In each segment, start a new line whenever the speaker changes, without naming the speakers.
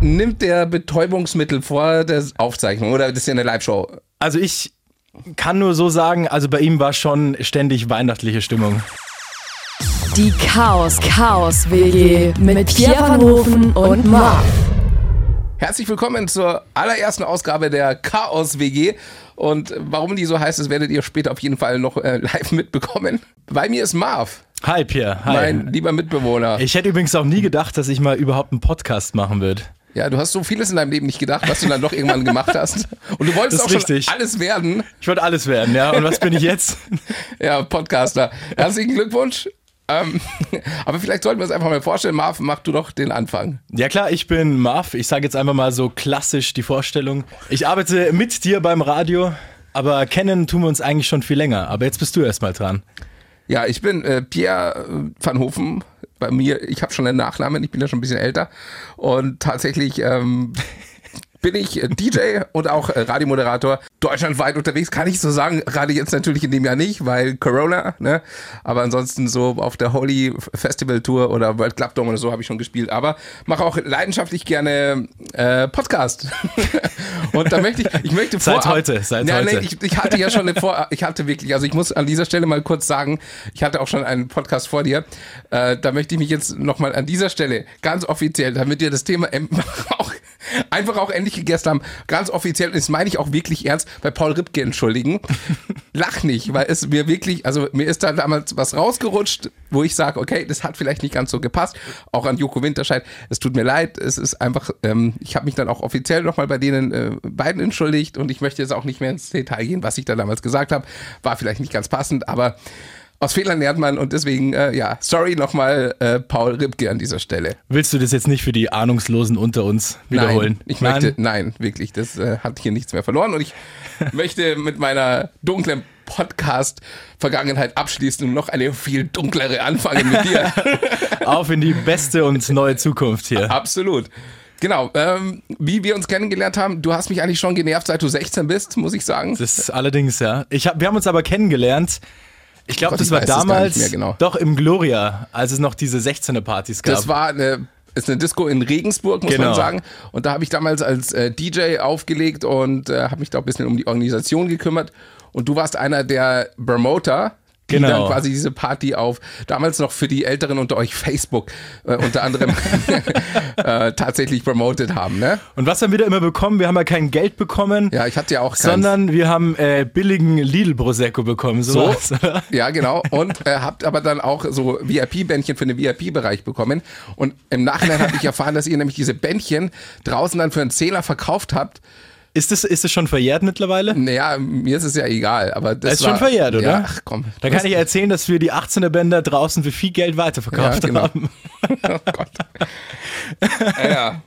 nimmt der Betäubungsmittel vor der Aufzeichnung oder das ist ja eine Live-Show?
Also ich kann nur so sagen, also bei ihm war schon ständig weihnachtliche Stimmung.
Die Chaos Chaos WG mit Pierre van Hofen und Marv.
Herzlich willkommen zur allerersten Ausgabe der Chaos WG. Und warum die so heißt, das werdet ihr später auf jeden Fall noch äh, live mitbekommen. Bei mir ist Marv,
Hi Pierre, hi.
mein lieber Mitbewohner.
Ich hätte übrigens auch nie gedacht, dass ich mal überhaupt einen Podcast machen würde.
Ja, du hast so vieles in deinem Leben nicht gedacht, was du dann doch irgendwann gemacht hast. Und du wolltest
Das ist
auch schon
richtig.
alles werden.
Ich wollte alles werden, ja. Und was bin ich jetzt?
Ja, Podcaster. Herzlichen Glückwunsch. Ähm, aber vielleicht sollten wir es einfach mal vorstellen. Marv, mach du doch den Anfang.
Ja klar, ich bin Marv. Ich sage jetzt einfach mal so klassisch die Vorstellung. Ich arbeite mit dir beim Radio, aber kennen tun wir uns eigentlich schon viel länger. Aber jetzt bist du erstmal dran.
Ja, ich bin äh, Pierre äh, van Hofen. Bei mir, ich habe schon einen Nachnamen, ich bin ja schon ein bisschen älter. Und tatsächlich ähm, bin ich äh, DJ und auch äh, Radiomoderator deutschlandweit unterwegs. Kann ich so sagen, gerade jetzt natürlich in dem Jahr nicht, weil Corona, ne? Aber ansonsten so auf der Holy Festival Tour oder World Club Dome oder so habe ich schon gespielt. Aber mache auch leidenschaftlich gerne äh, Podcast. und da möchte ich, ich möchte
Seit
vorab-
heute, seit
Ja,
heute.
Nee, ich, ich hatte ja schon eine Vor ich hatte wirklich, also ich muss an dieser Stelle mal kurz sagen, ich hatte auch schon einen Podcast vor dir. Äh, da möchte ich mich jetzt nochmal an dieser Stelle ganz offiziell, damit wir das Thema em- auch, einfach auch endlich gegessen haben, ganz offiziell, und das meine ich auch wirklich ernst, bei Paul Ripke entschuldigen. Lach nicht, weil es mir wirklich, also mir ist da damals was rausgerutscht, wo ich sage, okay, das hat vielleicht nicht ganz so gepasst. Auch an Joko Winterscheid, es tut mir leid, es ist einfach, ähm, ich habe mich dann auch offiziell nochmal bei denen äh, beiden entschuldigt und ich möchte jetzt auch nicht mehr ins Detail gehen, was ich da damals gesagt habe. War vielleicht nicht ganz passend, aber aus Fehlern lernt man und deswegen, äh, ja, sorry nochmal, äh, Paul Ripke an dieser Stelle.
Willst du das jetzt nicht für die Ahnungslosen unter uns wiederholen?
Nein, ich möchte, nein, wirklich, das äh, hat hier nichts mehr verloren und ich möchte mit meiner dunklen Podcast-Vergangenheit abschließen und noch eine viel dunklere anfangen mit dir.
Auf in die beste und neue Zukunft hier.
Absolut. Genau, ähm, wie wir uns kennengelernt haben, du hast mich eigentlich schon genervt, seit du 16 bist, muss ich sagen.
Das ist allerdings, ja. Ich hab, wir haben uns aber kennengelernt. Ich glaube,
Gott,
das
ich
war
weiß es gar nicht
damals
mehr genau.
doch im Gloria, als es noch diese 16er-Partys gab.
Das war eine, ist eine Disco in Regensburg, muss
Genau.
man sagen. Und da habe ich damals als äh, DJ aufgelegt und äh, habe mich da ein bisschen um die Organisation gekümmert. Und du warst einer der Promoter. Die
Genau.
dann quasi diese Party auf, damals noch für die Älteren unter euch Facebook äh, unter anderem äh, tatsächlich promotet haben. Ne?
Und was haben wir da immer bekommen? Wir haben ja kein Geld bekommen,
Ja, ich hatte ja auch keins.
sondern wir haben äh, billigen Lidl-Prosecco bekommen. So, Also, war's, oder?
Ja, genau. Und äh, habt aber dann auch so VIP-Bändchen für den VIP-Bereich bekommen. Und im Nachhinein habe ich erfahren, dass ihr nämlich diese Bändchen draußen dann für einen Zehner verkauft habt.
Ist das, ist das schon verjährt mittlerweile?
Naja, mir ist es ja egal, aber das
Ist schon
war-
verjährt, oder?
Ja, ach komm.
Da kann ich erzählen, dass wir die 18er-Bänder draußen für viel Geld weiterverkauft
Ja, genau.
haben.
Oh Gott. ja, ja.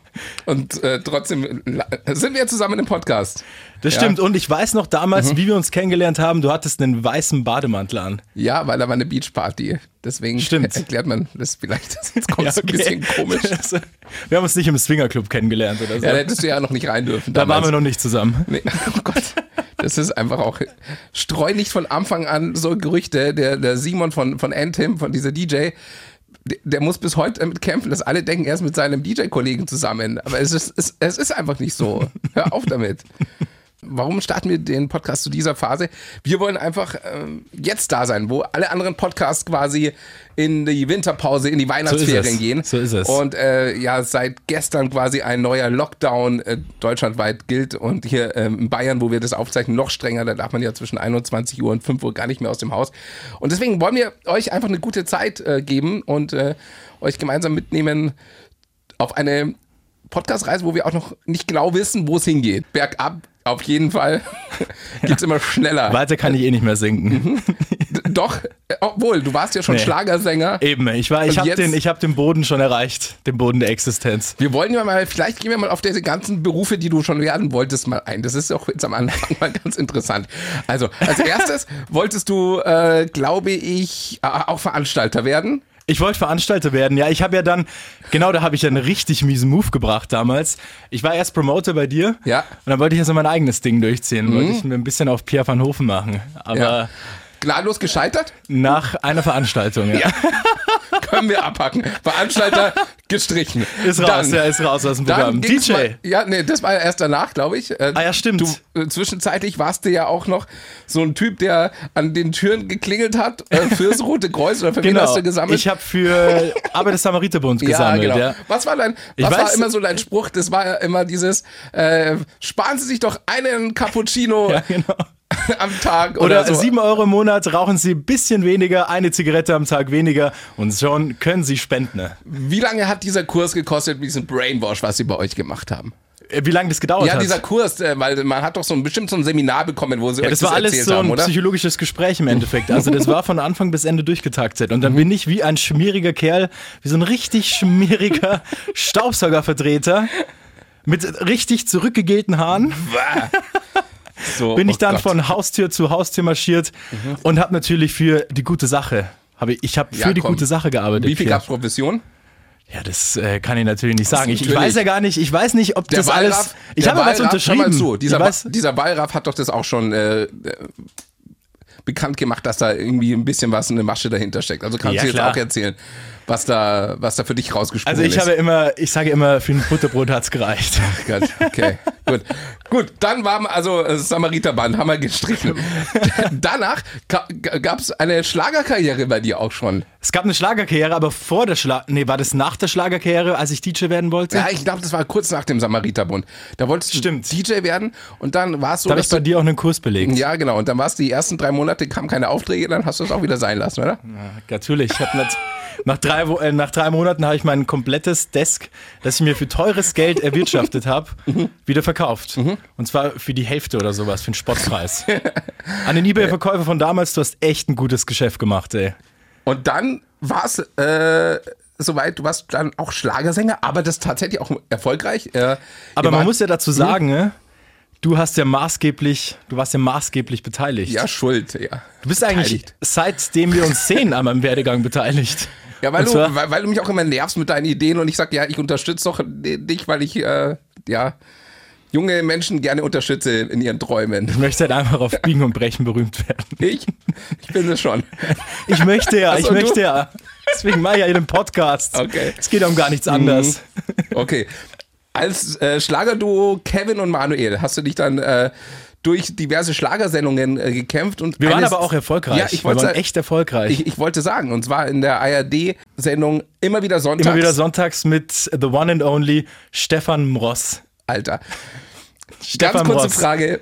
Und äh, trotzdem la- sind wir zusammen im Podcast.
Das
Ja. Mhm.
stimmt. Und ich weiß noch damals, wie wir uns kennengelernt haben, du hattest einen weißen Bademantel an.
Ja, weil da war eine Beachparty. Deswegen
Stimmt.
erklärt man das vielleicht. Sonst kommt es
Ja, okay. Also,
ein bisschen komisch.
Wir haben uns nicht im Swingerclub kennengelernt oder so.
Ja, da hättest du ja noch nicht rein dürfen.
da waren wir noch nicht zusammen.
Nee, oh Gott. Das ist einfach auch. Streu nicht von Anfang an so Gerüchte. Der, der Simon von, von Anthem, von dieser DJ, der, der muss bis heute damit kämpfen, dass alle denken, er ist mit seinem DJ-Kollegen zusammen. Aber es ist, es, es ist einfach nicht so. Hör auf damit. Warum starten wir den Podcast zu dieser Phase? Wir wollen einfach ähm, jetzt da sein, wo alle anderen Podcasts quasi in die Winterpause, in die Weihnachtsferien
es.
gehen.
So ist es.
Und äh, ja, seit gestern quasi ein neuer Lockdown äh, deutschlandweit gilt und hier ähm, in Bayern, wo wir das aufzeichnen, noch strenger. Da darf man ja zwischen 21 Uhr und 5 Uhr gar nicht mehr aus dem Haus. Und deswegen wollen wir euch einfach eine gute Zeit äh, geben und äh, euch gemeinsam mitnehmen auf eine Podcast-Reise, wo wir auch noch nicht genau wissen, wo es hingeht. Bergab auf jeden Fall geht's immer schneller.
Weiter kann ich eh nicht mehr sinken.
D- Doch, äh, obwohl, du warst ja schon
Nee.
Schlagersänger.
Eben, ich, war- ich
Und
habe
jetzt-
den, ich hab den Boden schon erreicht, den Boden der Existenz.
Wir wollen ja mal, vielleicht gehen wir mal auf diese ganzen Berufe, die du schon werden wolltest, mal ein. Das ist auch jetzt am Anfang mal ganz interessant. Also, als erstes wolltest du, äh, glaube ich, äh, auch Veranstalter werden.
Ich wollte Veranstalter werden, ja. Ich habe ja dann, genau da habe ich ja einen richtig miesen Move gebracht damals. Ich war erst Promoter bei dir.
Ja. Mhm.
Und dann wollte ich ja so mein eigenes Ding durchziehen. Wollte ich mir ein bisschen auf Pierre van Hofen machen. Aber
Ja. Gnadenlos gescheitert?
nach einer Veranstaltung, ja.
Können wir abhaken. Veranstalter gestrichen.
Ist raus, ja, ist raus aus dem Programm.
ging's
DJ.
Mal, ja, nee, das war erst danach, glaube ich. Äh,
Ah ja, stimmt.
Du, äh, zwischenzeitlich warst du ja auch noch so ein Typ, der an den Türen geklingelt hat äh, fürs Rote Kreuz oder für wen hast du gesammelt?
Genau. Ich habe für Arbeit des Samariterbunds gesammelt.
ja, genau.
Ja.
Was war dein,
Ich
was war
weiß-
immer so dein Spruch? Das war ja immer dieses, äh, sparen Sie sich doch einen Cappuccino
Ja, genau.
am Tag oder,
Oder
so.
7 Euro im Monat rauchen Sie ein bisschen weniger, eine Zigarette am Tag weniger und schon können Sie spenden.
Wie lange hat dieser Kurs gekostet mit diesem Brainwash, was sie bei euch gemacht haben?
Äh, Wie lange das gedauert
Ja,
hat?
dieser Kurs, äh, weil man hat doch so ein, bestimmt so ein Seminar bekommen, wo sie
Ja,
euch
das
das,
war alles
erzählt
so ein
haben, oder?
psychologisches Gespräch im Endeffekt. Also das war von Anfang bis Ende durchgetaktet. Und
Mhm.
dann bin ich wie ein schmieriger Kerl, wie so ein richtig schmieriger Staubsaugervertreter mit richtig zurückgegelten Haaren
So,
bin ich
oh
dann
Gott. Mhm.
von Haustür zu Haustür marschiert und habe natürlich für die gute Sache, habe ich, ich habe für
Ja,
die
komm.
gute Sache gearbeitet.
Wie viel
Pierre.
gab's Provision?
Ja, das äh, kann ich natürlich nicht sagen. Ich, ich
Natürlich.
weiß ja gar nicht, ich weiß nicht, ob das alles. Ich
der
habe was
Wallraff, hör
unterschrieben.
mal zu, dieser,
ich
Wa-
weiß,
dieser Wallraff hat doch das auch schon äh, äh, bekannt gemacht, dass da irgendwie ein bisschen was, eine Masche dahinter steckt. Also kannst
Ja,
du jetzt
klar.
auch erzählen, was da, was da für dich rausgesprungen
also ich
ist.
habe immer, ich sage immer, für ein Butterbrot hat's gereicht.
Gott, okay, gut. Gut, dann waren also äh, Samariterband, haben wir gestrichen. Danach gab es eine Schlagerkarriere bei dir auch schon.
Es gab eine Schlagerkarriere, aber vor der Schlag, nee, war das nach der Schlagerkarriere, als ich DJ werden wollte?
Ja, ich glaube, das war kurz nach dem Samariterbund. Da wolltest du
Stimmt.
DJ werden und dann warst du.
da habe
dass
ich bei
du-
dir auch einen Kurs belegt.
ja, genau. Und dann warst du die ersten drei Monate, kamen keine Aufträge, dann hast du es auch wieder sein lassen, oder?
Natürlich. Ich hab nat- nach, drei, Wo- äh, nach drei Monaten habe ich mein komplettes Desk, das ich mir für teures Geld erwirtschaftet habe,
Mhm.
wieder verkauft. Und zwar für die Hälfte oder sowas, für einen Spottpreis. An den Ebay-Verkäufer von damals, du hast echt ein gutes Geschäft gemacht, ey.
Und dann war es äh, soweit, du warst dann auch Schlagersänger, aber das tatsächlich auch erfolgreich. Äh,
Aber
ihr
man
wart- Mhm.
muss ja dazu sagen, ne, du hast ja maßgeblich, du warst ja maßgeblich beteiligt.
Ja, schuld, ja.
du bist eigentlich,
beteiligt.
seitdem wir uns sehen, an meinem Werdegang beteiligt.
Ja, weil du,
Und zwar-
weil, weil du mich auch immer nervst mit deinen Ideen und ich sag, ja, ich unterstütze doch dich, weil ich, äh, ja, junge Menschen gerne unterstütze in ihren Träumen.
Ich möchte halt einfach auf Biegen und Brechen berühmt werden.
Ich? Ich bin es schon.
Ich möchte ja,
Ach
ich
so, du?
möchte ja. Deswegen mache ich ja hier den Podcast.
Okay. Mhm.
Es geht um gar nichts anderes.
Okay. Als äh, Schlagerduo Kevin und Manuel hast du dich dann äh, durch diverse Schlagersendungen äh, gekämpft und
Wir waren
eines-
aber auch erfolgreich.
Ja, ich
Wir
wollte
waren
sagen-
echt erfolgreich.
Ich, ich wollte sagen, und zwar in der ARD-Sendung immer wieder Sonntags.
Immer wieder sonntags mit The One and Only Stefan Mross.
Alter.
Stefan
Ganz kurze
Mross.
Frage.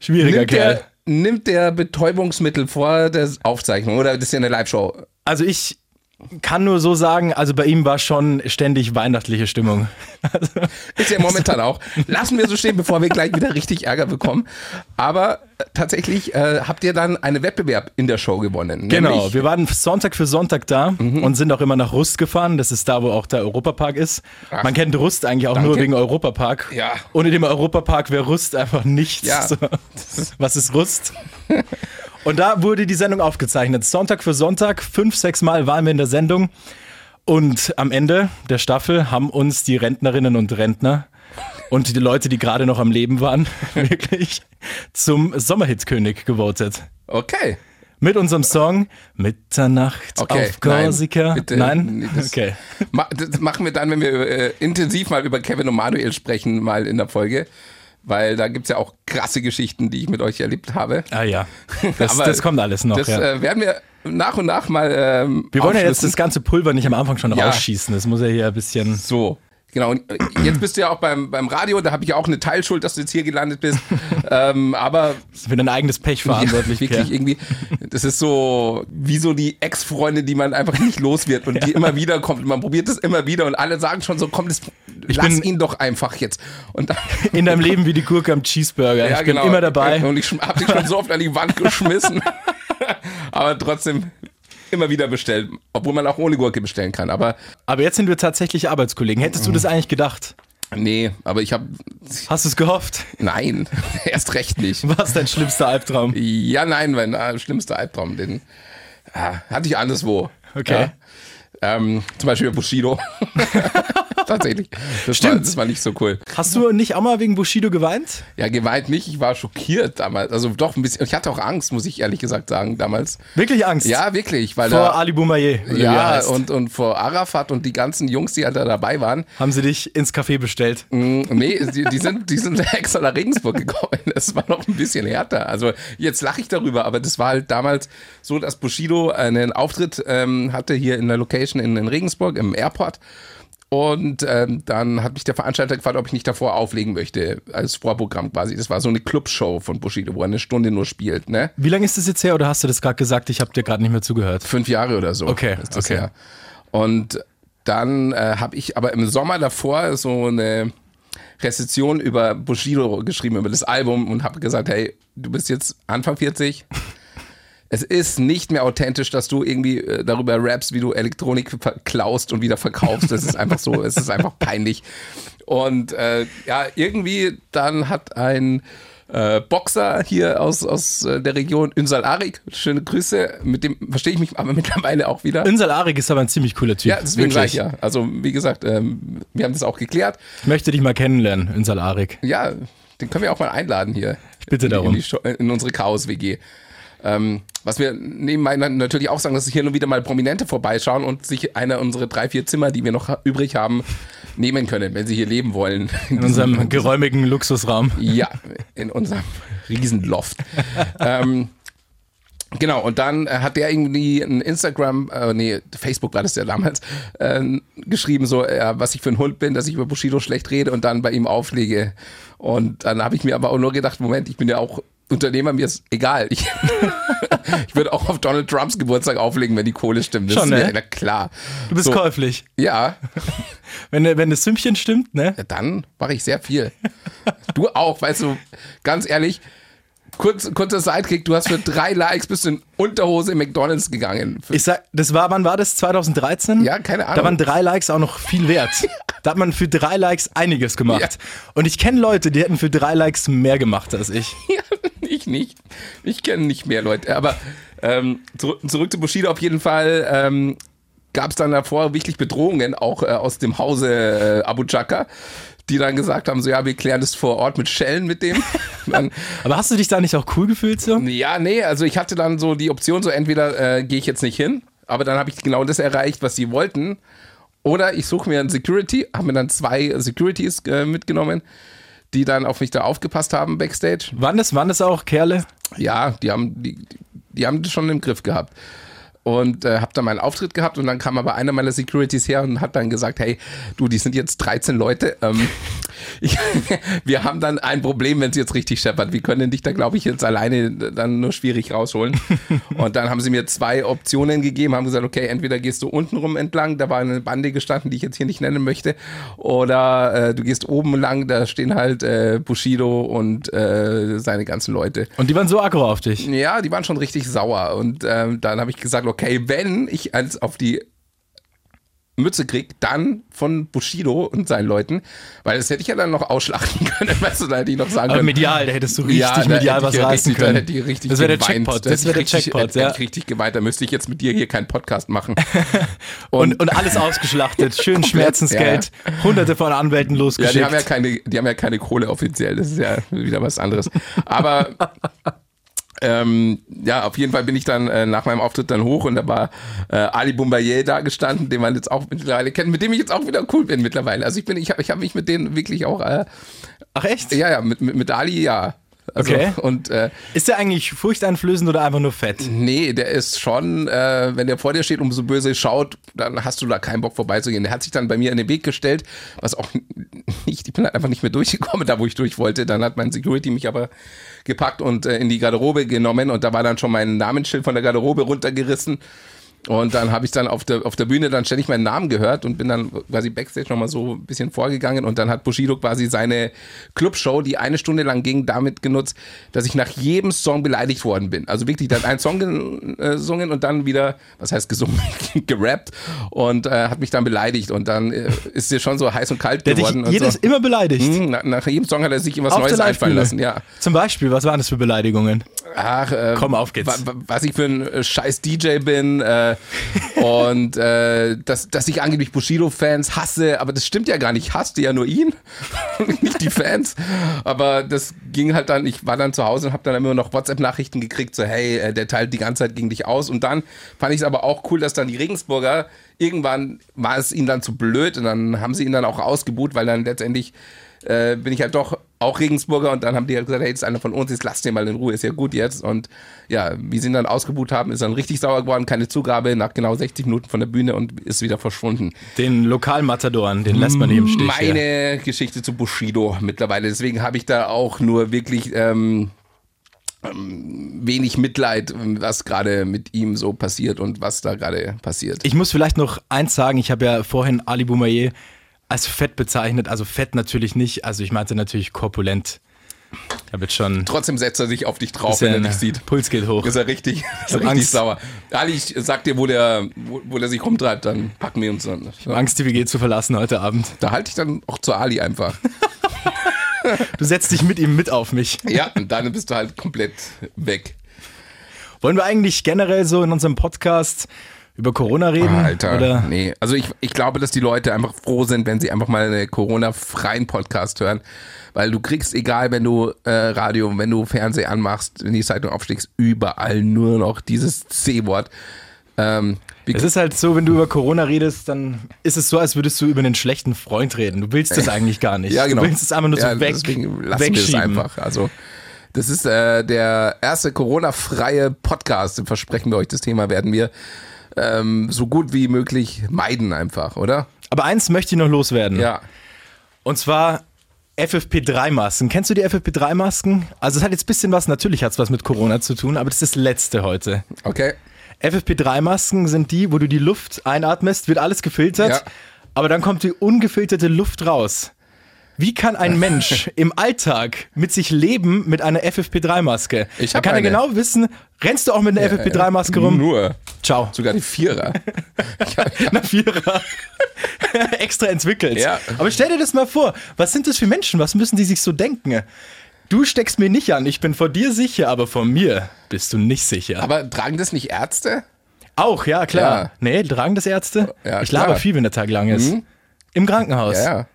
Schwieriger
Nimmt
Kerl.
der, nimmt der Betäubungsmittel vor der Aufzeichnung oder das ist ja eine Live-Show?
Also ich kann nur so sagen, also bei ihm war schon ständig weihnachtliche Stimmung.
Ist ja momentan auch. Lassen wir so stehen, bevor wir gleich wieder richtig Ärger bekommen. Aber äh, tatsächlich äh, habt ihr dann einen Wettbewerb in der Show gewonnen.
Genau,
Nämlich, Mhm.
wir waren Sonntag für Sonntag da und sind auch immer nach Rust gefahren. Das ist da, wo auch der Europapark ist.
Ach.
Man kennt Rust eigentlich auch nur
Danke.
wegen Europapark.
Ja.
Ohne dem Europapark wäre Rust einfach nichts.
Ja.
So, Was ist Rust? Und da wurde die Sendung aufgezeichnet. Sonntag für Sonntag, fünf, sechs Mal waren wir in der Sendung. Und am Ende der Staffel haben uns die Rentnerinnen und Rentner und die Leute, die gerade noch am Leben waren, wirklich zum Sommerhitkönig gewotet.
okay.
Mit unserem Song Mitternacht
Okay,
auf Korsika.
nein, bitte, nee, das-
okay.
Ma das machen wir dann, wenn wir äh, intensiv mal über Kevin und Manuel sprechen, mal in der Folge. Weil da gibt's ja auch krasse Geschichten, die ich mit euch erlebt habe.
Ah ja, das,
Aber
das kommt alles noch.
Das
ja.
äh, werden wir nach und nach mal. Ähm,
Wir wollen ja jetzt
aufschlüsseln.
das ganze Pulver nicht am Anfang schon
Ja.
rausschießen. Das muss ja hier ein bisschen.
So. Genau, und äh, jetzt bist du ja auch beim, beim Radio, da habe ich ja auch eine Teilschuld, dass du jetzt hier gelandet bist. ähm, aber
Für dein eigenes Pech verantwortlich.
Ja,
Kerl.
wirklich irgendwie. Das ist so wie so die Ex-Freundin, die man einfach nicht los wird und die immer wieder kommt. Und man probiert es immer wieder und alle sagen schon so, komm, das, lass
bin-
ihn doch einfach jetzt. Und dann,
In deinem Leben wie die Gurke am Cheeseburger.
ja,
ich bin
genau.
immer dabei.
Und ich habe dich schon so oft an die Wand geschmissen. Aber trotzdem immer wieder bestellt, obwohl man auch ohne Gurke bestellen kann. Aber
Aber jetzt sind wir tatsächlich Arbeitskollegen. Hättest du das eigentlich gedacht?
nee, aber ich habe
Hast du es gehofft?
nein, erst recht nicht.
Was dein schlimmster Albtraum?
Ja, nein, mein äh, schlimmster Albtraum, den ah, hatte ich anderswo.
Okay.
Ja. Ähm, zum Beispiel Bushido. tatsächlich. Das War,
Stimmt.
das war nicht so cool.
Hast du nicht auch mal wegen Bushido geweint?
Ja, geweint nicht. Ich war schockiert damals. Also doch ein bisschen. Ich hatte auch Angst, muss ich ehrlich gesagt sagen, damals.
Wirklich Angst?
Ja, wirklich. Weil
Vor
da,
Ali Boumaier. oder wie er
ja,
heißt.
und, und vor Arafat und die ganzen Jungs, die halt da dabei waren.
Haben sie dich ins Café bestellt?
Mm, Nee, die, die, sind, die sind extra nach Regensburg gekommen. Das war noch ein bisschen härter. Also jetzt lache ich darüber, aber das war halt damals so, dass Bushido einen Auftritt ähm, hatte hier in der Location in, in Regensburg im Airport. Und ähm, dann hat mich der Veranstalter gefragt, ob ich nicht davor auflegen möchte, als Vorprogramm quasi. Das war so eine Clubshow von Bushido, wo er eine Stunde nur spielt, ne?
Wie lange ist das jetzt her oder hast du das gerade gesagt? Ich habe dir gerade nicht mehr zugehört.
fünf Jahre oder so.
Okay,
Ist das
okay.
Her. Und dann äh, habe ich aber im Sommer davor so eine Rezession über Bushido geschrieben, über das Album und habe gesagt, hey, du bist jetzt Anfang 40. Es ist nicht mehr authentisch, dass du irgendwie äh, darüber rappst, wie du Elektronik verklaust und wieder verkaufst. Das ist einfach so, es ist einfach peinlich. Und äh, ja, irgendwie dann hat ein äh, Boxer hier aus, aus äh, der Region Ünsal Arik, schöne Grüße, mit dem verstehe ich mich aber mittlerweile auch wieder.
Insel Arik ist aber ein ziemlich cooler Typ.
Ja, deswegen sag ich
Wirklich.
ja. Also wie gesagt, ähm, wir haben das auch geklärt.
Ich möchte dich mal kennenlernen, Insel Arik.
Ja, den können wir auch mal einladen hier. Ich
bitte
in, die-
darum.
In, die Show- in unsere Chaos-WG. Ähm, was wir nebenbei na- natürlich auch sagen, dass hier nur wieder mal Prominente vorbeischauen und sich einer unserer drei, vier Zimmer, die wir noch ha- übrig haben, nehmen können, wenn sie hier leben wollen.
In unserem geräumigen Luxusraum.
Ja, in unserem Riesenloft. ähm, genau, und dann äh, hat der irgendwie ein Instagram, äh, nee, Facebook war das ja damals, ähm, geschrieben, so, äh, was ich für ein Hund bin, dass ich über Bushido schlecht rede und dann bei ihm auflege. Und dann habe ich mir aber auch nur gedacht, Moment, ich bin ja auch Unternehmer, mir ist egal. Ich, ich würde auch auf Donald Trumps Geburtstag auflegen, wenn die Kohle stimmt. Das
Schon,
ist mir,
ne?
na klar.
Du bist
so,
käuflich.
Ja,
Wenn, wenn das Sümmchen stimmt, ne?
ja, dann mache ich sehr viel. Du auch, weißt du, ganz ehrlich, kurz, kurzer Sidekick, du hast für drei Likes bist du in Unterhose in McDonalds gegangen. Für,
Ich sag, das war, wann war das? 2013?
Ja, keine Ahnung.
Da waren drei Likes auch noch viel wert. da hat man für drei Likes einiges gemacht.
Ja.
Und ich kenne Leute, die hätten für drei Likes mehr gemacht als ich.
ja, ich nicht. Ich kenne nicht mehr Leute. Aber ähm, zurück, zurück zu Bushido auf jeden Fall. Ähm, Gab es dann davor wirklich Bedrohungen, auch äh, aus dem Hause äh, Abu Chaka, die dann gesagt haben: So, ja, wir klären das vor Ort mit Schellen mit dem. dann,
Aber hast du dich da nicht auch cool gefühlt so?
Ja, nee, also ich hatte dann so die Option, so entweder äh, gehe ich jetzt nicht hin, aber dann habe ich genau das erreicht, was sie wollten. Oder ich suche mir einen Security, haben mir dann zwei Securities äh, mitgenommen, die dann auf mich da aufgepasst haben backstage.
Waren das, waren das auch Kerle?
Ja, die haben die, die haben das schon im Griff gehabt. Und äh, habe dann meinen Auftritt gehabt und dann kam aber einer meiner Securities her und hat dann gesagt, hey, du, die sind jetzt 13 Leute. Ähm, ich, wir haben dann ein Problem, wenn es jetzt richtig scheppert. Wir können dich da, glaube ich, jetzt alleine dann nur schwierig rausholen. und dann haben sie mir zwei Optionen gegeben, haben gesagt, okay, entweder gehst du unten rum entlang, da war eine Bande gestanden, die ich jetzt hier nicht nennen möchte, oder äh, du gehst oben lang, da stehen halt äh, Bushido und äh, seine ganzen Leute.
Und die waren so aggro auf dich.
Ja, die waren schon richtig sauer. Und ähm, dann habe ich gesagt, okay, wenn ich eins auf die Mütze krieg, dann von Bushido und seinen Leuten, weil das hätte ich ja dann noch ausschlachten können, weißt du, da hätte ich noch sagen
Aber
können.
medial, Ähm, da hättest du richtig
da
medial
hätte
was
ich ja
reißen
richtig,
können.
Da hätte ich richtig
das wäre der
geweint.
Checkpot.
Da
Das
hätte
wäre der
ich richtig,
Checkpot,
hätte
ja.
ich richtig geweint. Da müsste ich jetzt mit dir hier keinen Podcast machen.
Und, und alles ausgeschlachtet, schön Schmerzensgeld, hunderte von Anwälten
Ja,
losgeschickt.
die haben ja keine, die haben ja keine Kohle offiziell. Das ist ja wieder was anderes. Aber ähm, ja, auf jeden Fall bin ich dann äh, nach meinem Auftritt dann hoch und da war äh, Ali Boumbaye da gestanden, den man jetzt auch mittlerweile kennt, mit dem ich jetzt auch wieder cool bin mittlerweile. Also ich bin, ich habe ich hab mich mit denen wirklich auch, äh,
Ach echt?
ja, ja, mit, mit, mit Ali ja. Also,
Okay.
Und äh,
Ist der eigentlich furchteinflößend oder einfach nur fett?
nee, der ist schon, äh, wenn der vor dir steht und so böse schaut, dann hast du da keinen Bock vorbeizugehen. Der hat sich dann bei mir in den Weg gestellt, was auch nicht, ich bin halt einfach nicht mehr durchgekommen, da wo ich durch wollte. Dann hat mein Security mich aber gepackt und äh, in die Garderobe genommen und da war dann schon mein Namensschild von der Garderobe runtergerissen. Und dann habe ich dann auf der, auf der Bühne dann ständig meinen Namen gehört und bin dann quasi backstage nochmal so ein bisschen vorgegangen. Und dann hat Bushido quasi seine Clubshow, die eine Stunde lang ging, damit genutzt, dass ich nach jedem Song beleidigt worden bin. Also wirklich, der hat einen Song gen- äh, gesungen und dann wieder, was heißt gesungen, gerappt und äh, hat mich dann beleidigt. Und dann äh, ist dir schon so heiß und kalt
Der dich
geworden.
jedes
und
immer beleidigt.
so. Hm, nach, nach jedem Song hat er sich was
Auf
Neues
der
einfallen
Live-Bühne.
lassen, ja.
Zum Beispiel, was waren das für Beleidigungen?
ach, äh,
Komm, auf geht's.
wa- wa- was ich für ein äh, scheiß DJ bin äh, und äh, dass, dass ich angeblich Bushido-Fans hasse, aber das stimmt ja gar nicht. Ich hasste ja nur ihn, nicht die Fans. Aber das ging halt dann, ich war dann zu Hause und habe dann immer noch WhatsApp-Nachrichten gekriegt, so hey, äh, der teilt die ganze Zeit gegen dich aus. Und dann fand ich es aber auch cool, dass dann die Regensburger, irgendwann war es ihnen dann zu blöd und dann haben sie ihn dann auch ausgebuht, weil dann letztendlich äh, bin ich halt doch auch Regensburger und dann haben die halt gesagt, hey, jetzt ist einer von uns, jetzt lasst den mal in Ruhe, ist ja gut jetzt. Und ja, wie sie ihn dann ausgebuht haben, ist dann richtig sauer geworden, keine Zugabe, nach genau 60 Minuten von der Bühne und ist wieder verschwunden.
Den Lokalmatadoren, den lässt man nicht im Stich. ja.
Mhm, Meine Geschichte zu Bushido mittlerweile, deswegen habe ich da auch nur wirklich ähm, ähm, wenig Mitleid, was gerade mit ihm so passiert und was da gerade passiert.
Ich muss vielleicht noch eins sagen, ich habe ja vorhin Ali Boumaier als fett bezeichnet, also fett natürlich nicht, also ich meinte natürlich korpulent. Ich habe jetzt schon
Trotzdem setzt er sich auf dich drauf, wenn er dich sieht.
Puls geht hoch.
Ist er richtig, ist er richtig
Angst.
sauer. Ali, ich sag dir, wo der, wo, wo der sich rumtreibt, dann packen wir uns dann.
Angst, die WG zu verlassen heute Abend.
Da halte ich dann auch zu Ali einfach.
Du setzt dich mit ihm mit auf mich.
Ja, und dann bist du halt komplett weg.
Wollen wir eigentlich generell so in unserem Podcast über Corona reden?
Alter,
Ah, Oder?
nee. Also ich, ich glaube, dass die Leute einfach froh sind, wenn sie einfach mal einen Corona-freien Podcast hören. Weil du kriegst, egal wenn du äh, Radio, wenn du Fernsehen anmachst, wenn die Zeitung aufschlägst, überall nur noch dieses C-Wort. Ähm, wie
Es ist halt so, wenn du über Corona redest, dann ist es so, als würdest du über einen schlechten Freund reden. Du willst das eigentlich gar nicht.
Ja, genau.
Du willst es einfach nur
Ja,
so weg,
Deswegen lassen wir es
wegschieben.
einfach. Also, das ist äh, der erste Corona-freie Podcast. Versprechen wir euch, das Thema werden wir ähm, so gut wie möglich meiden einfach, oder?
Aber eins möchte ich noch loswerden.
Ja.
Und zwar FFP3-Masken. Kennst du die FFP3-Masken? Also es hat jetzt ein bisschen was, natürlich hat es was mit Corona zu tun, aber das ist das Letzte heute.
Okay.
FFP3-Masken sind die, wo du die Luft einatmest, wird alles gefiltert,
Ja.
aber dann kommt die ungefilterte Luft raus. Wie kann ein Mensch im Alltag mit sich leben mit einer FFP3-Maske?
Ich
Da
hab
kann er
eine.
genau wissen, rennst du auch mit einer FFP3-Maske rum?
Nur.
Ciao.
Sogar die Vierer.
Na, Vierer. Extra entwickelt.
Ja.
Aber stell dir das mal vor, was sind das für Menschen? Was müssen die sich so denken? Du steckst mir nicht an, ich bin vor dir sicher, aber vor mir bist du nicht sicher.
Aber tragen das nicht Ärzte?
Auch, ja, klar.
Ja.
Nee, tragen das Ärzte?
Ja,
ich laber
klar. Mhm.
viel, wenn der Tag lang ist. Im Krankenhaus.
Ja.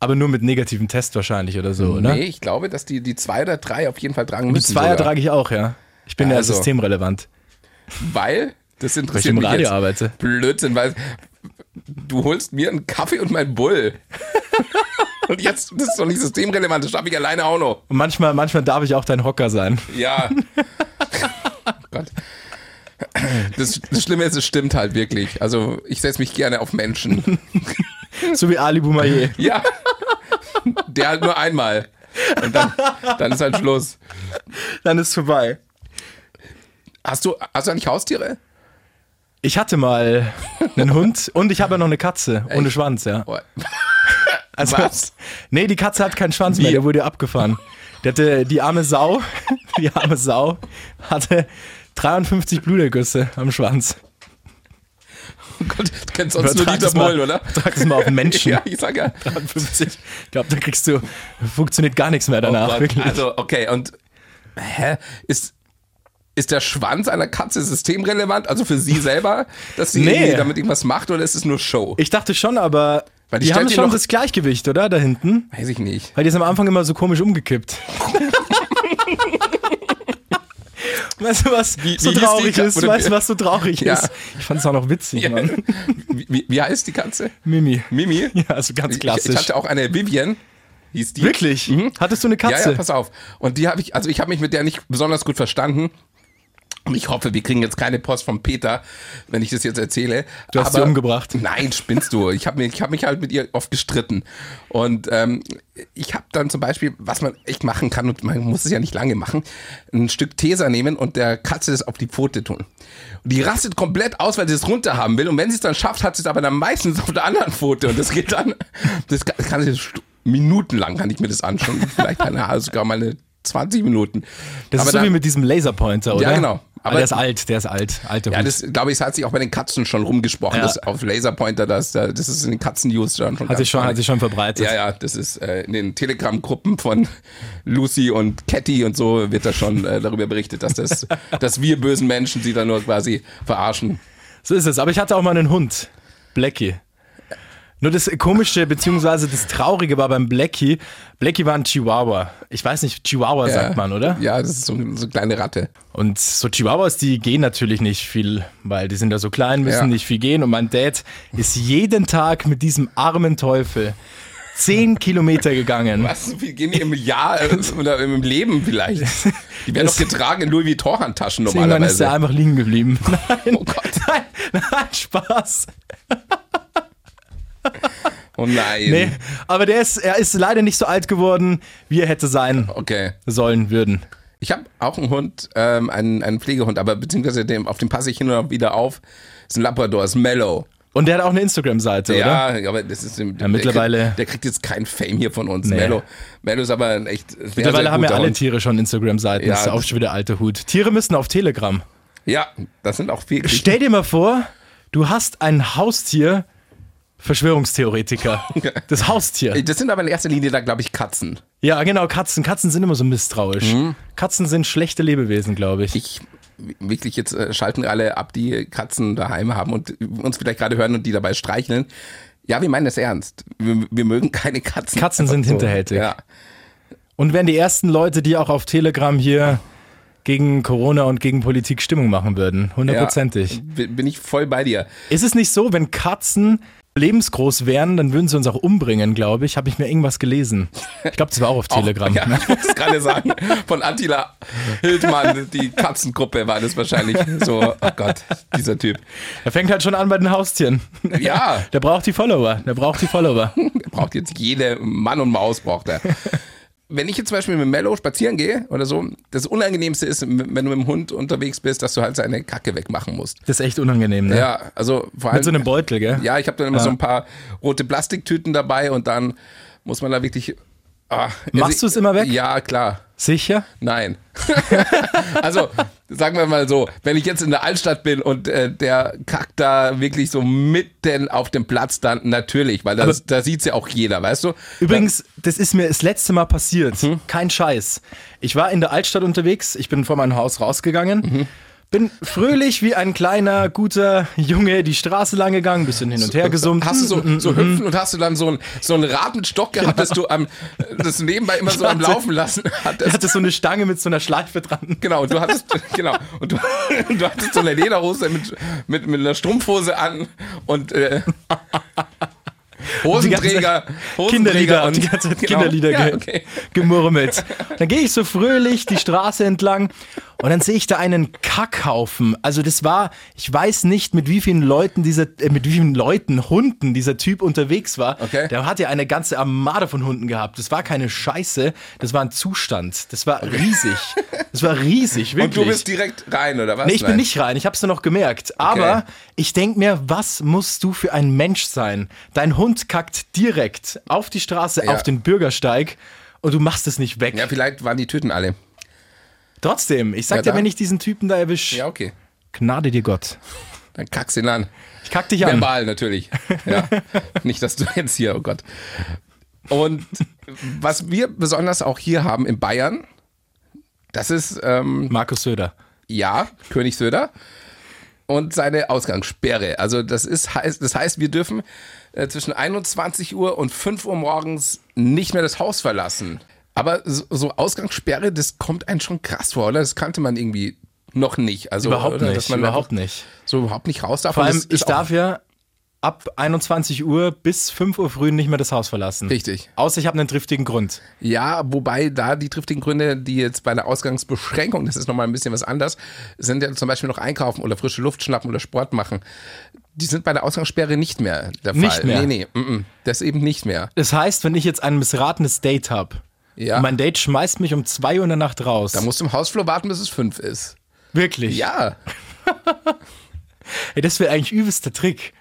Aber nur mit negativem Test wahrscheinlich oder so, oder?
Nee, ich glaube, dass die, die zwei oder drei auf jeden Fall tragen
Mit
müssen.
Zweier
sogar.
trage ich auch, ja. Ich bin ja
Also.
systemrelevant.
Weil, das
Weil ich
interessiert
im
mich
Radio
jetzt.
arbeite.
Blödsinn, weil du holst mir einen Kaffee und meinen Bull. und jetzt, das ist doch nicht systemrelevant, das schaffe ich alleine auch noch.
Und manchmal, manchmal darf ich auch dein Hocker sein.
Ja. Gott. Das, das Schlimme ist, es stimmt halt wirklich. Also ich setze mich gerne auf Menschen.
So wie Ali Boumaier.
Ja. Der halt nur einmal. Und dann, dann ist halt Schluss.
Dann ist vorbei.
Hast du, hast du eigentlich Haustiere?
Ich hatte mal einen Hund und ich habe ja noch eine Katze ohne Schwanz, ja.
Oh,
Also,
was?
Nee, die Katze hat keinen Schwanz mehr,
Wie?
der wurde abgefahren. Der hatte, die arme Sau, die arme Sau hatte 53 Blutergüsse am Schwanz.
Gott, du kennst sonst nur
Übertrag
Dieter
das mal-
Bohlen, oder?
Trag das mal auf den Menschen.
Ja, ich sag ja.
53. Ich glaube, da kriegst du, funktioniert gar nichts mehr danach.
Gott,
wirklich.
Also, okay, und hä? Ist, ist der Schwanz einer Katze systemrelevant? Also für sie selber, dass sie
Nee.
irgendwie damit irgendwas macht oder ist es nur Show?
ich dachte schon, aber
Weil die
die haben
stellt dir
schon
noch-
das Gleichgewicht, oder? Da hinten.
Weiß ich nicht.
Weil die ist am Anfang immer so komisch umgekippt. weißt du, was
Wie-
so
wie hieß
traurig
die Ka-
ist?
oder-
Weißt du, was so traurig
Ja.
ist? Ich fand es auch noch witzig, Mann.
Wie, wie- wie heißt die Katze?
Mimi.
Mimi?
Ja, also ganz
Ich-
klassisch.
Ich, ich hatte auch eine Vivian. Hieß die.
Wirklich? Hattest du eine Katze?
Ja, ja, pass auf. Und die habe ich, also ich habe mich mit der nicht besonders gut verstanden. Und ich hoffe, wir kriegen jetzt keine Post von Peter, wenn ich das jetzt erzähle.
Du hast sie umgebracht.
Nein, spinnst du. Ich habe hab mich halt mit ihr oft gestritten. Und ähm, ich habe dann zum Beispiel, was man echt machen kann, und man muss es ja nicht lange machen, ein Stück Tesa nehmen und der Katze das auf die Pfote tun. Und die rastet komplett aus, weil sie es runter haben will. Und wenn sie es dann schafft, hat sie es aber dann meistens auf der anderen Pfote. Und das geht dann, das kann, kann ich minutenlang kann ich mir das anschauen. Vielleicht keine Ahnung, sogar mal eine 20 Minuten.
das
aber
ist so
dann-
wie mit diesem Laserpointer, oder?
ja, genau.
Aber der ist alt, der ist alt, alte
Ja,
Hut.
das glaube ich, hat sich auch bei den Katzen schon rumgesprochen,
Ja.
dass auf Laserpointer, das, das ist in den Katzen-News schon.
hat sich schon, hat sich schon verbreitet.
Ja, ja, das ist äh, in den Telegram-Gruppen von Lucy und Catty und so wird da schon äh, darüber berichtet, dass das, dass wir bösen Menschen sie da nur quasi verarschen.
So ist es. Aber ich hatte auch mal einen Hund. Blackie. Nur das Komische, beziehungsweise das Traurige war beim Blackie. Blackie war ein Chihuahua. Ich weiß nicht, Chihuahua sagt man, oder?
Ja, das ist so, so eine kleine Ratte.
Und so Chihuahuas, die gehen natürlich nicht viel, weil die sind ja so klein, müssen
Ja.
nicht viel gehen. Und mein Dad ist jeden Tag mit diesem armen Teufel 10 Kilometer gegangen.
Was, so viel gehen die im Jahr äh, oder im Leben vielleicht? Die werden doch
Das-
getragen in Louis Vuitton-Taschen
Irgendwann ist er
normalerweise.
einfach liegen geblieben. Nein,
Oh Gott.
nein, nein, Spaß.
Oh nein.
Nee, aber der ist, er ist leider nicht so alt geworden, wie er hätte sein
Okay.
sollen, würden.
Ich habe auch einen Hund, ähm, einen, einen Pflegehund, aber beziehungsweise dem, auf den passe ich hin und wieder auf. Ist ein Labrador, ist mellow.
Und der hat auch eine Instagram-Seite, oder?
Ja, aber das ist im, der
mittlerweile-
Kriegt, der kriegt jetzt kein Fame hier von uns.
Nee.
Mellow, Mellow ist aber ein echt. Sehr,
Mittlerweile
sehr
haben ja
guter
alle
Hund.
Tiere schon Instagram-Seiten.
Ja,
das ist auch
das-
schon wieder alter Hut. Tiere müssen auf Telegram.
Ja, das sind auch viele.
Stell dir mal vor, du hast ein Haustier, Verschwörungstheoretiker. Das Haustier.
Das sind aber in erster Linie da, glaube ich, Katzen.
Ja, genau, Katzen. Katzen sind immer so misstrauisch. Katzen sind schlechte Lebewesen, glaube ich.
Mhm. Ich wirklich jetzt äh, schalten alle ab, die Katzen daheim haben und uns vielleicht gerade hören und die dabei streicheln. Ja, wir meinen das ernst. Wir, wir mögen keine Katzen.
Katzen sind hinterhältig.
Ja.
Und wären die ersten Leute, die auch auf Telegram hier gegen Corona und gegen Politik Stimmung machen würden. Hundertprozentig.
Ja, bin bin ich voll bei dir.
Ist es nicht so, wenn Katzen lebensgroß wären, dann würden sie uns auch umbringen, glaube ich. Habe ich mir irgendwas gelesen. Ich glaube, das war auch auf Telegram.
Ja, ich wollte es gerade sagen. Von Attila Hildmann, die Katzengruppe war das wahrscheinlich so. Oh Gott, dieser Typ.
Er fängt halt schon an bei den Haustieren.
Ja,
Der braucht die Follower. Der braucht die Follower.
der braucht jetzt jede Mann und Maus braucht er. Wenn ich jetzt zum Beispiel mit Mello spazieren gehe oder so, das Unangenehmste ist, wenn du mit dem Hund unterwegs bist, dass du halt seine Kacke wegmachen musst.
Das ist echt unangenehm, ne?
Ja, also vor allem.
Mit so einem Beutel, gell?
Ja, ich habe dann immer
Ja.
so ein paar rote Plastiktüten dabei und dann muss man da wirklich. ah,
Machst du's immer weg?
Ja, klar.
Sicher?
Nein. also, sagen wir mal so, wenn ich jetzt in der Altstadt bin und äh, der kackt da wirklich so mitten auf dem Platz, dann natürlich, weil das, da sieht's ja auch jeder, weißt du?
Übrigens, das ist mir das letzte Mal passiert.
Mhm.
Kein Scheiß. Ich war in der Altstadt unterwegs. Ich bin vor meinem Haus rausgegangen.
Mhm.
Bin fröhlich wie ein kleiner, guter Junge die Straße lang gegangen, bisschen hin und her gesummt.
Hast du so, so hüpfen und hast du dann so einen so einen Ratenstock gehabt, dass du am, das nebenbei immer so am
Wahnsinn.
Laufen lassen
Er
hattest?
hatte so eine Stange mit so einer Schleife dran.
Genau, und du hattest, genau, und du, und du hattest so eine Lederhose mit, mit, mit einer Strumpfhose an und äh,
Die ganze
Hosenträger,
Zeit
Hosenträger
Kinderlieder
und
und die ganze Zeit
genau.
Kinderlieder
ja,
ge
okay.
gemurmelt. Dann gehe ich so fröhlich die Straße entlang und dann sehe ich da einen Kackhaufen. Also das war, ich weiß nicht, mit wie vielen Leuten dieser, äh, mit wie vielen Leuten, Hunden dieser Typ unterwegs war.
Okay.
Der hat ja eine ganze Armada von Hunden gehabt. Das war keine Scheiße, das war ein Zustand. Das war riesig. Das war riesig,
Und
wirklich.
du bist direkt rein, oder was?
Nee, ich bin
Nein.
nicht rein, ich hab's nur noch gemerkt. Aber ich denk mir, was musst du für ein Mensch sein? Dein Hund kackt direkt auf die Straße,
Ja.
auf den Bürgersteig und du machst es nicht weg.
Ja, vielleicht waren die Tüten alle.
Trotzdem, ich sag
Ja,
dir,
da-
wenn ich diesen Typen da erwische,
Ja, okay.
gnade dir Gott.
Dann kackst ihn an.
Ich kack dich an.
Verbal natürlich. Ja. nicht, dass du jetzt hier, oh Gott. Und was wir besonders auch hier haben in Bayern, das ist, ähm,
Markus Söder.
ja, König Söder und seine Ausgangssperre. Also das ist heißt, das heißt, wir dürfen äh, zwischen 21 Uhr und 5 Uhr morgens nicht mehr das Haus verlassen. Aber so, so Ausgangssperre, das kommt einem schon krass vor, oder? Das kannte man irgendwie noch nicht. Also
Überhaupt
oder,
nicht,
dass man
überhaupt
einfach
nicht.
so überhaupt nicht raus darf.
Vor
Und
allem,
das
ich
ist
darf ja ab 21 Uhr bis 5 Uhr früh nicht mehr das Haus verlassen.
Richtig.
Außer ich habe einen triftigen Grund.
Ja, wobei da die triftigen Gründe, die jetzt bei einer Ausgangsbeschränkung, das ist nochmal ein bisschen was anders, sind ja zum Beispiel noch einkaufen oder frische Luft schnappen oder Sport machen. Die sind bei der Ausgangssperre nicht mehr der Fall.
Nicht mehr?
Nee, nee, mm, mm. das eben nicht mehr.
Das heißt, wenn ich jetzt ein missratenes Date habe
Ja.
und mein Date schmeißt mich um 2 Uhr in der Nacht raus.
Da musst du im Hausflur warten, bis es fünf ist.
Wirklich?
Ja,
Ey, das wäre eigentlich übelster Trick.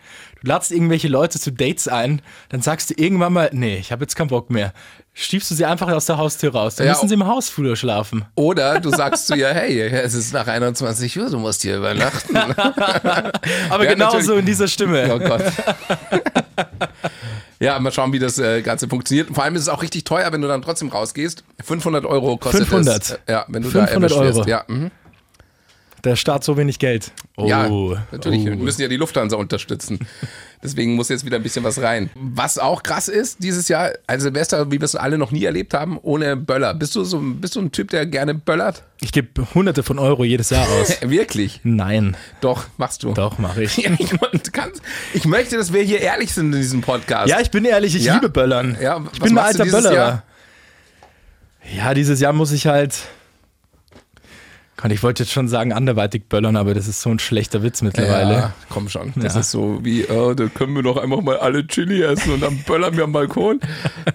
Du ladst irgendwelche Leute zu Dates ein, dann sagst du irgendwann mal, nee, ich habe jetzt keinen Bock mehr. Schiebst du sie einfach aus der Haustür raus. Dann
Ja.
müssen sie im Hausflur schlafen.
Oder du sagst zu ihr, hey, es ist nach 21 Uhr, du musst hier übernachten.
Aber
Oh, Ja,
genauso
natürlich.
in dieser Stimme.
Oh Gott. Ja, mal schauen, wie das äh, Ganze funktioniert. Und Vor allem ist es auch richtig teuer, wenn du dann trotzdem rausgehst. 500 Euro kostet
500?
es. Äh, Ja, wenn du
500
da erwischt wirst.
Euro.
Ja, mhm.
Der Staat so wenig Geld. Oh.
ja natürlich. Wir
Oh.
müssen ja die Lufthansa unterstützen. Deswegen muss jetzt wieder ein bisschen was rein. Was auch krass ist, dieses Jahr, ein Silvester, wie wir es alle noch nie erlebt haben, ohne Böller. Bist du so bist du ein Typ, der gerne böllert? Äh,
Ich gebe hunderte von Euro jedes Jahr aus.
Wirklich?
Nein,
Doch, machst du.
doch, mache ich.
Ja, ich, wollte- kannst- ich möchte, dass wir hier ehrlich sind in diesem Podcast.
Ja, ich bin ehrlich, ich
Ja?
liebe Böllern.
Ja,
ich
was
bin ein
machst du
alter
dieses
Böllerer.
Jahr?
Ja, dieses Jahr muss ich halt. Gott, ich wollte jetzt schon sagen, anderweitig böllern, aber das ist so ein schlechter Witz mittlerweile.
Ja, komm schon. Das
Ja.
ist so wie, oh, da können wir doch einfach mal alle Chili essen und dann böllern wir am Balkon.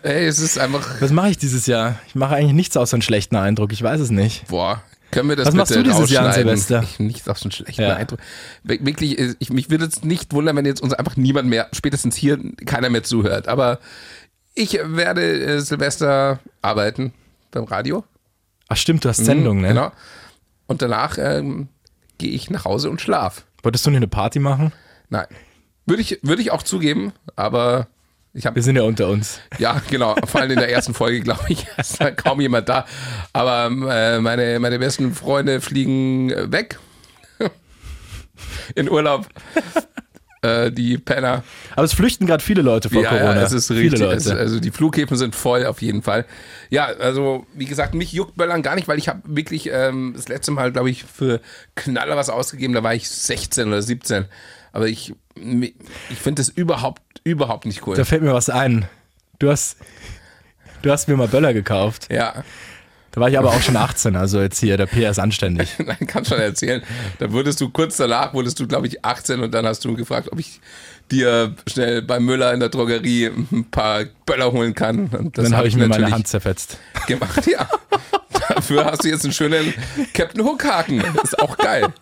Ey, es ist einfach,
Was mache ich dieses Jahr? Ich mache eigentlich nichts außer einen schlechten Eindruck. Ich weiß es nicht.
boah. Können wir das
Was
bitte
machst du dieses Jahr an
rausschneiden?
Silvester?
Ich, nichts auf so einen schlechten
Ja.
Eindruck. Wir- Wirklich, äh, ich, mich würde es nicht wundern, wenn jetzt uns einfach niemand mehr, spätestens hier, keiner mehr zuhört. Aber ich werde äh, Silvester arbeiten beim Radio.
Ach stimmt, du hast Sendung, ne?
Genau. Und danach ähm, gehe ich nach Hause und schlaf.
Wolltest du nicht eine Party machen?
Nein. Würde ich, würde ich auch zugeben, aber ich habe
Wir sind ja unter uns.
Ja, genau. Vor allem in der ersten Folge, glaube ich, ist da kaum jemand da. Aber ähm, äh, meine, meine besten Freunde fliegen äh, weg. In Urlaub. Äh, die Penner.
Aber es flüchten gerade viele Leute vor
ja,
Corona.
ja, es ist
viele
richtig.
Leute.
Es, also die Flughäfen sind voll auf jeden Fall. Ja, also wie gesagt, mich juckt Böllern gar nicht, weil ich habe wirklich ähm, das letzte Mal, glaube ich, für Knaller was ausgegeben. Da war ich 16 oder 17. Aber ich, ich finde das überhaupt, überhaupt nicht cool.
Da fällt mir was ein. Du hast, du hast mir mal Böller gekauft.
ja.
Da war ich aber auch schon 18, also jetzt hier, der PR ist anständig.
Nein, kann schon erzählen. Da wurdest du kurz danach, wurdest du, glaube ich, 18 und dann hast du gefragt, ob ich dir schnell bei Müller in der Drogerie ein paar Böller holen kann. Und das
Dann
hab
habe ich mir meine
natürlich
Hand zerfetzt.
gemacht, ja. Dafür hast du jetzt einen schönen Captain Hook Haken. Ist auch geil.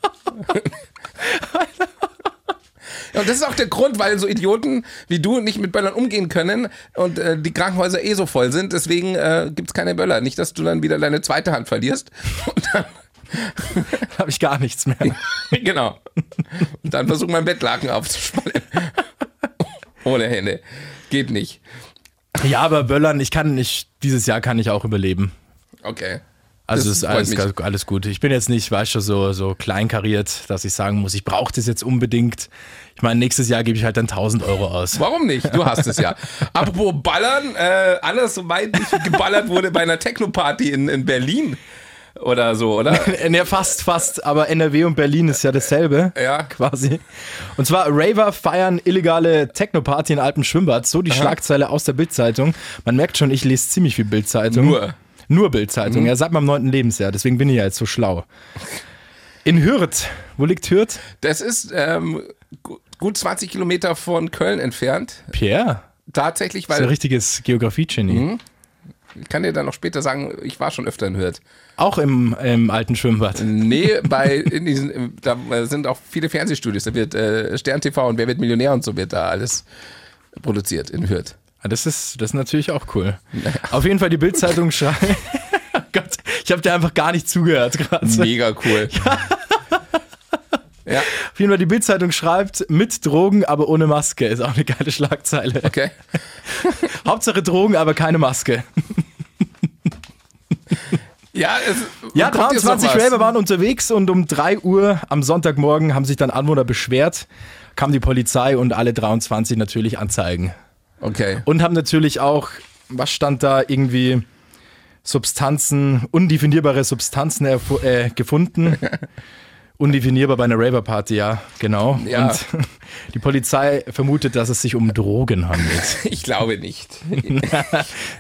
Ja, und das ist auch der Grund, weil so Idioten wie du nicht mit Böllern umgehen können und äh, die Krankenhäuser eh so voll sind. Deswegen äh, gibt's keine Böller. Nicht, dass du dann wieder deine zweite Hand verlierst. Und dann
habe ich gar nichts mehr.
genau. Und dann versucht mein Bettlaken aufzuspannen. Ohne Hände. Geht nicht.
Ja, aber Böllern, ich kann nicht, dieses Jahr kann ich auch überleben.
Okay.
Also
Das
ist
freut
alles,
mich.
ga- alles gut. Ich bin jetzt nicht, weißt du, so, so kleinkariert, dass ich sagen muss, ich brauche das jetzt unbedingt. Ich meine, nächstes Jahr gebe ich halt dann 1000 Euro aus.
Warum nicht? Du hast es ja. Apropos Ballern, äh, anders soweit nicht geballert wurde bei einer Techno-Party in, in Berlin oder so, oder?
Ja, fast, fast, aber NRW und Berlin ist ja dasselbe.
Ja.
Quasi. Und zwar, Raver feiern illegale Techno-Party in altem Schwimmbad. So die Schlagzeile aus der Bildzeitung. Man merkt schon, ich lese ziemlich viel Bildzeitung.
Nur. Mhm.
Nur Bildzeitung, ja, seit meinem neunten Lebensjahr. Deswegen bin ich ja jetzt so schlau. In Hürth. Wo liegt Hürth?
Das ist ähm, gu- gut 20 Kilometer von Köln entfernt.
Pierre.
Tatsächlich,
Ein
weil Mhm.
richtiges Geografie-Genie.
ich kann dir dann noch später sagen, ich war schon öfter in Hürth.
Auch im, im alten Schwimmbad.
Mhm. Nee, bei in diesen, da sind auch viele Fernsehstudios. Da wird äh, Stern TV und Wer wird Millionär und so wird da alles produziert in Hürth.
Ah, Das ist, das ist natürlich auch cool. Auf jeden Fall die Bildzeitung schreibt. Oh Gott, ich habe dir einfach gar nicht zugehört gerade.
Mega cool. Ja,
Auf jeden Fall die Bildzeitung schreibt mit Drogen, aber ohne Maske. Ist auch eine geile Schlagzeile.
okay.
Hauptsache Drogen, aber keine Maske.
Ja, es,
Ja,
kommt jetzt
23
noch was?
Schwäber waren unterwegs und um 3 Uhr am Sonntagmorgen haben sich dann Anwohner beschwert, kam die Polizei und alle 23 natürlich Anzeigen.
Okay.
Und haben natürlich auch, was stand da irgendwie, Substanzen, undefinierbare Substanzen erfu- äh, gefunden. Undefinierbar bei einer Raver-Party, ja, genau.
Ja.
Und die Polizei vermutet, dass es sich um Drogen handelt.
Ich glaube nicht.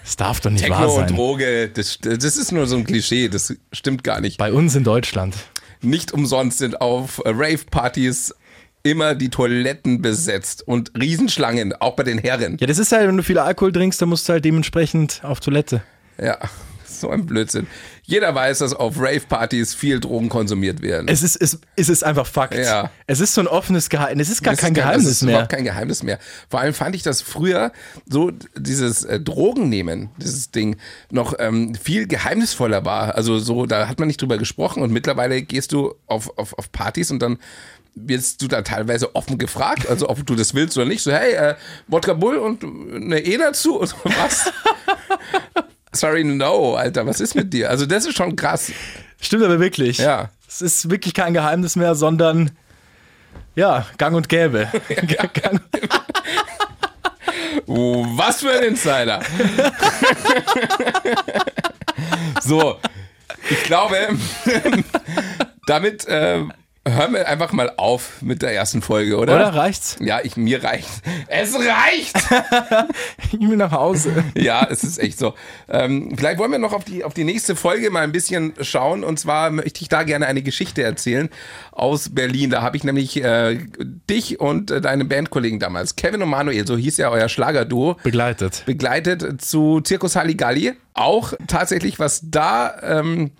Das darf doch nicht wahr
Techno und
sein.
Droge, das, das ist nur so ein Klischee, das stimmt gar nicht.
Bei uns in Deutschland.
Nicht umsonst sind auf äh, Rave-Partys immer die Toiletten besetzt und Riesenschlangen, auch bei den Herren.
Ja, das ist halt, wenn du viel Alkohol trinkst, dann musst du halt dementsprechend auf Toilette.
Ja. So ein Blödsinn. Jeder weiß, dass auf Rave-Partys viel Drogen konsumiert werden.
Es ist, es, es ist einfach Fakt.
Ja.
Es ist so ein offenes Geheimnis. Es ist gar
Das
kein
ist
Geheimnis
das ist
mehr.
überhaupt kein Geheimnis mehr. Vor allem fand ich das früher so, dieses äh, Drogennehmen, dieses Ding, noch ähm, viel geheimnisvoller war. Also so, da hat man nicht drüber gesprochen und mittlerweile gehst du auf, auf, auf Partys und dann wirst du da teilweise offen gefragt, also ob du das willst oder nicht. So, hey, äh, Wodka Bull und eine E dazu? Und so, was? Sorry, no, Alter, was ist mit dir? Also das ist schon krass.
Stimmt aber wirklich.
Ja.
Es ist wirklich kein Geheimnis mehr, sondern ja, gang und gäbe. gang,
Oh, was für ein Insider. so, ich glaube, damit äh, hören wir einfach mal auf mit der ersten Folge, oder?
oder? Reicht's?
Ja, ich, mir reicht. Es reicht!
Ich will nach Hause.
Ja, es ist echt so. Ähm, vielleicht wollen wir noch auf die, auf die nächste Folge mal ein bisschen schauen. Und zwar möchte ich da gerne eine Geschichte erzählen aus Berlin. Da habe ich nämlich äh, dich und äh, deine Bandkollegen damals, Kevin und Manuel, so hieß ja euer Schlagerduo,
Begleitet.
begleitet zu Zirkus Halligalli. Auch tatsächlich, was da ähm,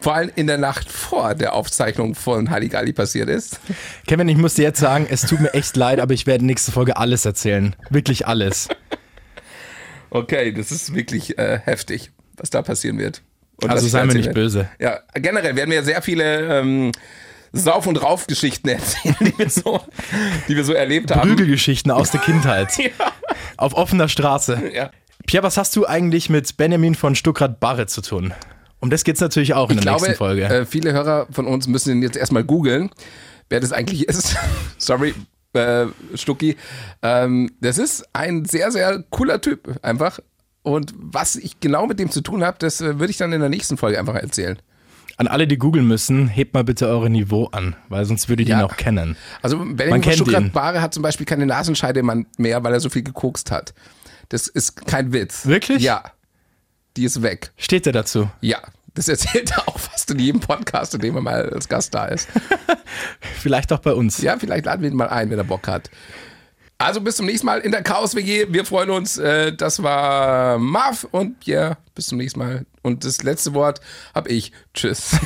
vor allem in der Nacht vor der Aufzeichnung von Halligalli passiert ist.
Kevin, ich muss dir jetzt sagen, es tut mir echt leid, aber ich werde nächste Folge alles erzählen. Wirklich alles.
Okay, das ist wirklich äh, heftig, was da passieren wird. Und
Also
was ich
sei
da
mir
erzählen
nicht
werde.
böse.
Ja, generell werden wir sehr viele ähm, Sauf- und Rauf-Geschichten erzählen, die wir so, die wir so erlebt haben.
Prügelgeschichten aus der Kindheit. Auf offener Straße.
Ja.
Pierre, was hast du eigentlich mit Benjamin von Stuckrad-Barre zu tun? Um das geht's natürlich auch in
Ich
der
glaube,
nächsten Folge.
äh, viele Hörer von uns müssen ihn jetzt erstmal googeln, wer das eigentlich ist. Sorry, äh, Stucki. Ähm, das ist ein sehr, sehr cooler Typ einfach. Und was ich genau mit dem zu tun habe, das äh, würde ich dann in der nächsten Folge einfach erzählen.
An alle, die googeln müssen, hebt mal bitte eure Niveau an, weil sonst würdet ihr
Ja.
ihn auch kennen.
Also
Man
Benjamin von
kennt ihn.
Stuckrad Bare hat zum Beispiel keine Nasenscheide mehr, weil er so viel gekokst hat. Das ist kein Witz.
Wirklich?
Ja. Die ist weg.
Steht er dazu?
Ja. Das erzählt er auch fast in jedem Podcast, in dem er mal als Gast da ist.
Vielleicht auch bei uns.
Ja, vielleicht laden wir ihn mal ein, wenn er Bock hat. Also bis zum nächsten Mal in der Chaos WG. Wir freuen uns. Äh, Das war Marv und Pierre. Bis zum nächsten Mal. Und das letzte Wort habe ich. Tschüss.